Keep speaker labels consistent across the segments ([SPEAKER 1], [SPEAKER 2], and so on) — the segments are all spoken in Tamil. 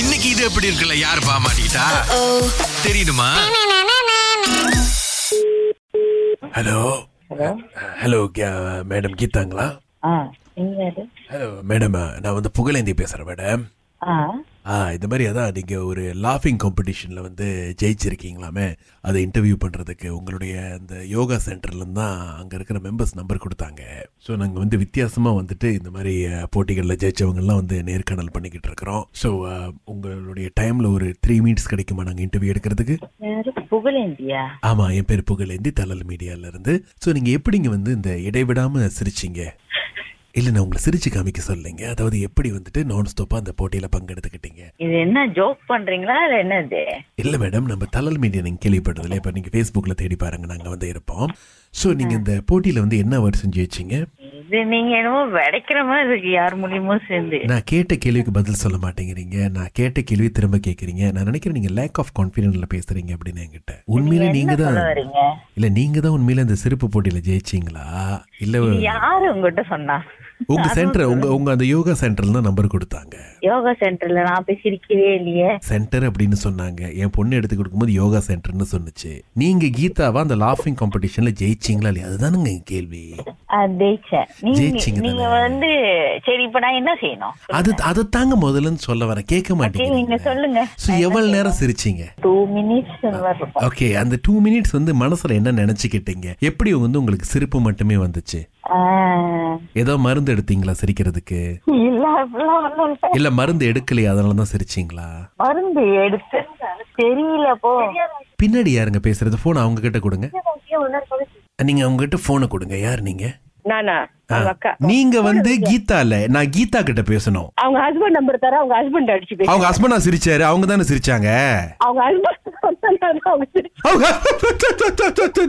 [SPEAKER 1] இன்னைக்கு இது எப்படி இருக்குல்ல யார் பாமாட்டா தெரியுமா
[SPEAKER 2] ஹலோ
[SPEAKER 3] ஹலோ
[SPEAKER 2] ஹலோ மேடம் கீதாங்களா
[SPEAKER 3] ஆ நீங்க யாரு
[SPEAKER 2] ஹலோ மேடம் நான் வந்து புகழேந்தி பேசுகிறேன் மேடம்
[SPEAKER 3] ஆ
[SPEAKER 2] ஆ இந்த மாதிரி அதான் நீங்கள் ஒரு லாஃபிங் காம்படிஷனில் வந்து ஜெயிச்சிருக்கீங்களாமே அதை இன்டர்வியூ பண்ணுறதுக்கு உங்களுடைய அந்த யோகா சென்டர்லேருந்து தான் அங்கே இருக்கிற மெம்பர்ஸ் நம்பர் கொடுத்தாங்க ஸோ நாங்கள் வந்து வித்தியாசமாக வந்துட்டு இந்த மாதிரி அஹ், போட்டிகளில் ஜெயிச்சவங்கெல்லாம் வந்து நேர்காணல் பண்ணிக்கிட்டு இருக்கிறோம் ஸோ உங்களுடைய டைமில் ஒரு த்ரீ மினிட்ஸ் கிடைக்குமா நாங்கள் இன்டர்வியூ எடுக்கிறதுக்கு
[SPEAKER 3] யாரு புகழேந்தியா
[SPEAKER 2] ஆமாம் என் பேர் புகழேந்தி தலல் மீடியாவிலேருந்து ஸோ நீங்கள் எப்படிங்க வந்து இந்த இடைவிடாமல் சிரிச்சிங்க இல்லை நான் உங்களை சிரிச்சு காமிக்க சொல்லுங்க அதாவது எப்படி வந்துட்டு நான் ஸ்டாப்பாக அந்த போட்டியில் பங்கெடுத்துக்கிட்டீங்க
[SPEAKER 3] இது என்ன ஜோக் பண்றீங்களா இல்ல என்னது
[SPEAKER 2] இல்லை மேடம் நம்ம தலல் மீடியா நீங்கள் கேள்விப்பட்டதில்ல இப்போ நீங்கள் ஃபேஸ்புக்கில் தேடி பாருங்க நாங்கள் வந்து இருப்போம் ஸோ நீங்கள் இந்த போட்டியில் வந்து என்ன வருஷம் ஜெயிச்சிங்க
[SPEAKER 3] இது நீங்க என்னமோ விடைக்கிற மாதிரி இருக்கு யார் மூலியமோ சேர்ந்து
[SPEAKER 2] நான் கேட்ட கேள்விக்கு பதில் சொல்ல மாட்டேங்கிறீங்க நான் கேட்ட கேள்வி திரும்ப கேட்குறீங்க நான் நினைக்கிறேன் நீங்கள் லேக் ஆஃப் கான்ஃபிடென்ட்ல பேசுகிறீங்க அப்படின்னு என்கிட்ட உண்மையிலே நீங்கள் தான்
[SPEAKER 3] சொல்ல வரீங்க
[SPEAKER 2] இல்லை நீங்கள் தான் உண்மையிலே அந்த சிறப்பு போட்டியில் ஜெயிச்சிங்களா இல்லை
[SPEAKER 3] யாரு உங்ககிட்ட சொன்னா
[SPEAKER 2] உங்க சென்டர் உங்க உங்க அந்த யோகா சென்டர்ல தான் நம்பர் கொடுத்தாங்க
[SPEAKER 3] யோகா சென்டர்ல நான் போய் சிரிக்கவே இல்லையே
[SPEAKER 2] சென்டர் அப்படின்னு சொன்னாங்க என் பொண்ணு எடுத்து கொடுக்கும்போது யோகா சென்டர்னு சொன்னுச்சு நீங்க கீதாவா அந்த லாஃபிங் காம்படிஷன்ல ஜெயிச்சிங்களா இல்லையா அதுதானுங்க என் கேள்வி
[SPEAKER 3] அது ஜெயிச்சேன் நீங்க
[SPEAKER 2] ஜெயிச்சீங்க
[SPEAKER 3] நீங்க வந்து சரி இப்ப நான் என்ன செய்யணும்
[SPEAKER 2] அது அதை தாங்க முதல்லன்னு சொல்ல வரேன் கேட்க
[SPEAKER 3] சரி, நீங்க
[SPEAKER 2] மாட்டேங்கிறீங்க
[SPEAKER 3] சொல்லுங்க
[SPEAKER 2] ஸோ எவ்வளவு நேரம் சிரிச்சீங்க
[SPEAKER 3] டூ மினிட்ஸ் வரும்
[SPEAKER 2] ஓகே அந்த டூ மினிட்ஸ் வந்து மனசுல என்ன நினைச்சுக்கிட்டீங்க எப்படி வந்து உங்களுக்கு சிரிப்பு மட்டுமே வந்துச்சு
[SPEAKER 3] ஆ,
[SPEAKER 2] ஏதோ மருந்து எடுத்தீங்களா சிரிக்கிறதுக்கு
[SPEAKER 3] இல்ல அப்படிலாம் ஒண்ணும் இல்ல
[SPEAKER 2] இல்ல மருந்து எடுக்கலையா அதனால தான் சிரிச்சீங்களா
[SPEAKER 3] மருந்து எடுத்து தெரியல போ
[SPEAKER 2] பின்னாடி யாருங்க பேசுறது போன் அவங்க கிட்ட கொடுங்க நீங்க அவங்க கிட்ட போனை கொடுங்க யார் நீங்க
[SPEAKER 4] நானா அவங்க அக்கா
[SPEAKER 2] நீங்க வந்து கீதா இல்ல நான் கீதா கிட்ட பேசணும்
[SPEAKER 4] அவங்க ஹஸ்பண்ட் நம்பர் தர அவங்க ஹஸ்பண்ட் அடிச்சு பேசு
[SPEAKER 2] அவங்க ஹஸ்பண்டா சிரிச்சாரு அவங்க தானே சிரிச்சாங்க
[SPEAKER 4] அவங்க ஹஸ்பண்ட் அவங்க சிரிச்சு-
[SPEAKER 2] அவங்க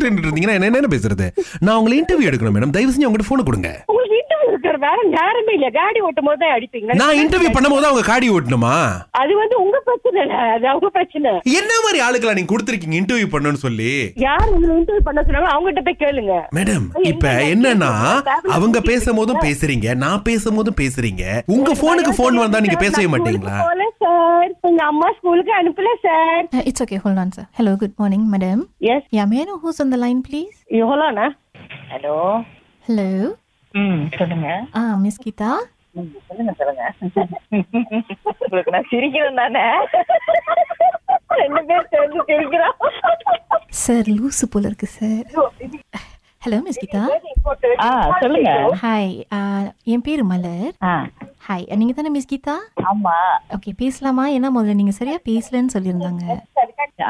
[SPEAKER 2] நின்னுட்டு இருந்தீங்கன்னா என்ன என்ன பேசுறது நான் உங்களை இன்டர்வியூ எடுக்கணும் மேடம் தயவு செஞ்சு அவங்ககிட்ட போனை கொடுங்க
[SPEAKER 4] உங்களுக்கு இன்டர்வியூ இருக்கிற வேற நேரமே இல்ல காடி ஓட்டும் போது தான் அடிப்பீங்க
[SPEAKER 2] நான் இன்டர்வியூ பண்ணும்போது அவங்க காடி ஓட்டணுமா
[SPEAKER 4] அது வந்து உங்க பிரச்சனை இல்ல அது அவங்க பிரச்சனை
[SPEAKER 2] என்ன மாதிரி ஆளுக்கெல்லாம் நீங்க கொடுத்துருக்கீங்க இன்டர்வியூ பண்ணணும்னு சொல்லி
[SPEAKER 4] யார் உங்களை இன்டர்வியூ பண்ண சொன்னாங்க அவங்க கிட்ட போய் கேளுங்க
[SPEAKER 2] மேடம் இப்ப என்னன்னா அவங்க பேசும்போதும் பேசுறீங்க நான் பேசும்போதும் பேசுறீங்க உங்க போனுக்கு போன் வந்தா நீங்க பேசவே மாட்டீங்களா
[SPEAKER 4] போல சார் எங்க அம்மா ஸ்கூலுக்கு அனுப்பல sir
[SPEAKER 5] Uh, it's okay. Hold on, sir. Hello. Good morning, madam.
[SPEAKER 4] Yes
[SPEAKER 5] Yeah, may I know who's on the line, please?
[SPEAKER 4] எவ்வளோண்ணா
[SPEAKER 3] ஹலோ
[SPEAKER 5] Hello.
[SPEAKER 3] ம் சொல்லுங்க
[SPEAKER 5] Ah, Miss Kita.
[SPEAKER 3] ம், சொல்லுங்க சொல்லுங்க உங்களுக்கு நான் சிரிக்கிறேன் தானே
[SPEAKER 4] ரெண்டு பேர் சேர்ந்து தெரிகிறோம்
[SPEAKER 5] Sir, loose போல இருக்கு sir. Hello, Miss Kita.
[SPEAKER 3] ஆ சொல்லுங்க
[SPEAKER 5] Hi. Uh, என் பேரு மலர்.
[SPEAKER 3] ஆ
[SPEAKER 5] ஹாய் நீங்க தானே மிஸ் கீதா
[SPEAKER 3] ஆமா
[SPEAKER 5] ஓகே பேசலாமா ஏன்னா முதல்ல நீங்க சரியா பேசலன்னு சொல்லியிருந்தாங்க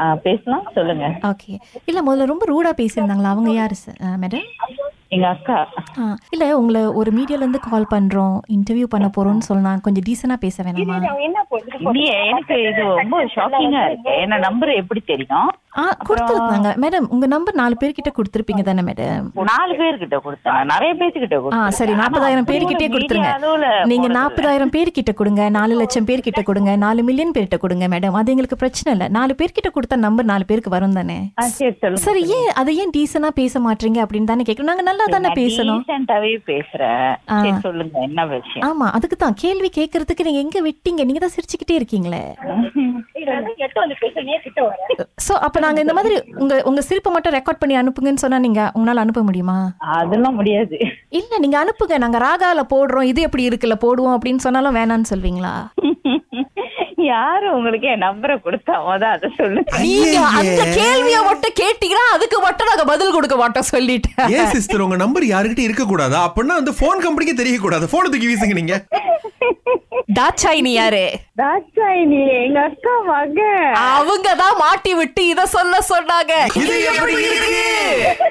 [SPEAKER 3] ஆ, பேசலாம் சொல்லுங்க
[SPEAKER 5] ஓகே இல்ல முதல்ல ரொம்ப ரூடா பேசியிருந்தாங்களா அவங்க யாரு சார் மேடம்
[SPEAKER 3] எங்க அக்கா
[SPEAKER 5] Uh, இல்ல உங்களை ஒரு மீடியால இருந்து கால் பண்றோம் இன்டர்வியூ பண்ண போறோம்னு சொன்னா கொஞ்சம் டீசெண்டா பேச வேணாமா
[SPEAKER 3] இல்லையே எனக்கு இது ரொம்ப ஷாக்கிங்கா இருக்கு ஏன்னா நம்பர் எப்படி தெரியும்
[SPEAKER 5] ஆ கொடுத்துருந்தாங்க மேடம் உங்க நம்பர் நாலு பேர்கிட்ட கொடுத்துருப்பீங்க தானே மேடம்
[SPEAKER 3] நாலு பேர்கிட்ட கொடுத்தாங்க நிறைய பேர்கிட்ட
[SPEAKER 5] ஆ
[SPEAKER 3] கொடுத்தாங்க
[SPEAKER 5] சரி நாற்பதாயிரம் பேர்கிட்டே கொடுத்துருங்க நீங்க நாற்பதாயிரம் பேர்கிட்ட கொடுங்க நாலு லட்சம் பேர்கிட்ட கொடுங்க நாலு மில்லியன் பேர்கிட்ட கொடுங்க மேடம் அது எங்களுக்கு பிரச்சனை இல்லை நாலு பேர்கிட்ட கொடுத்தா நம்பர் நாலு பேருக்கு வரும் தானே
[SPEAKER 3] சரி சொல்லுங்க
[SPEAKER 5] சரி ஏன் அதை ஏன் டீசனா பேச மாட்டீங்க அப்படின்னு தானே கேட்கணும் நாங்க நல்லா தானே பேசணும்
[SPEAKER 3] ரீசெண்டாவே பேசுறேன்
[SPEAKER 5] ஆ.
[SPEAKER 3] சரி சொல்லுங்க என்ன விஷயம்
[SPEAKER 5] ஆமா அதுக்கு தான் கேள்வி கேட்கறதுக்கு நீங்க எங்க விட்டீங்க நீங்க தான் சிரிச்சுக்கிட்டே இருக்கீங்களே சோ அப்ப நாங்க இந்த மாதிரி உங்க உங்க சிரிப்பை மட்டும் ரெக்கார்ட் பண்ணி அனுப்புங்கன்னு சொன்னா நீங்க உங்களால அனுப்ப முடியுமா
[SPEAKER 3] அதெல்லாம் முடியாது
[SPEAKER 5] இல்ல நீங்க அனுப்புங்க நாங்க ராகால போடுறோம் இது எப்படி இருக்குல்ல போடுவோம் அப்படின்னு சொன்னாலும் வேணாம்னு சொல்வீங்களா
[SPEAKER 3] யாரு உங்களுக்கு என் நம்பரை கொடுத்தா முத அதை சொல்லுங்க
[SPEAKER 5] நீங்க அந்த கேள்விய மட்டும் கேட்டீங்கன்னா அதுக்கு மட்டும் நாங்க பதில் கொடுக்க மாட்டோம் சொல்லிட்டேன்
[SPEAKER 2] ஏன் சிஸ்டர் உங்க நம்பர் யாருகிட்ட இருக்க கூடாதா அப்படின்னா அந்த போன் கம்பெனிக்கு தெரியக்கூடாது போன தூக்கி வீசுங்க நீங்க
[SPEAKER 5] டாச்சாய் நீ யாரு
[SPEAKER 4] தாட்சாயினி எங்க அக்கா மகன்
[SPEAKER 5] அவங்க தான் மாட்டி விட்டு இத சொல்ல சொன்னாங்க
[SPEAKER 2] இது எப்படி இருக்கு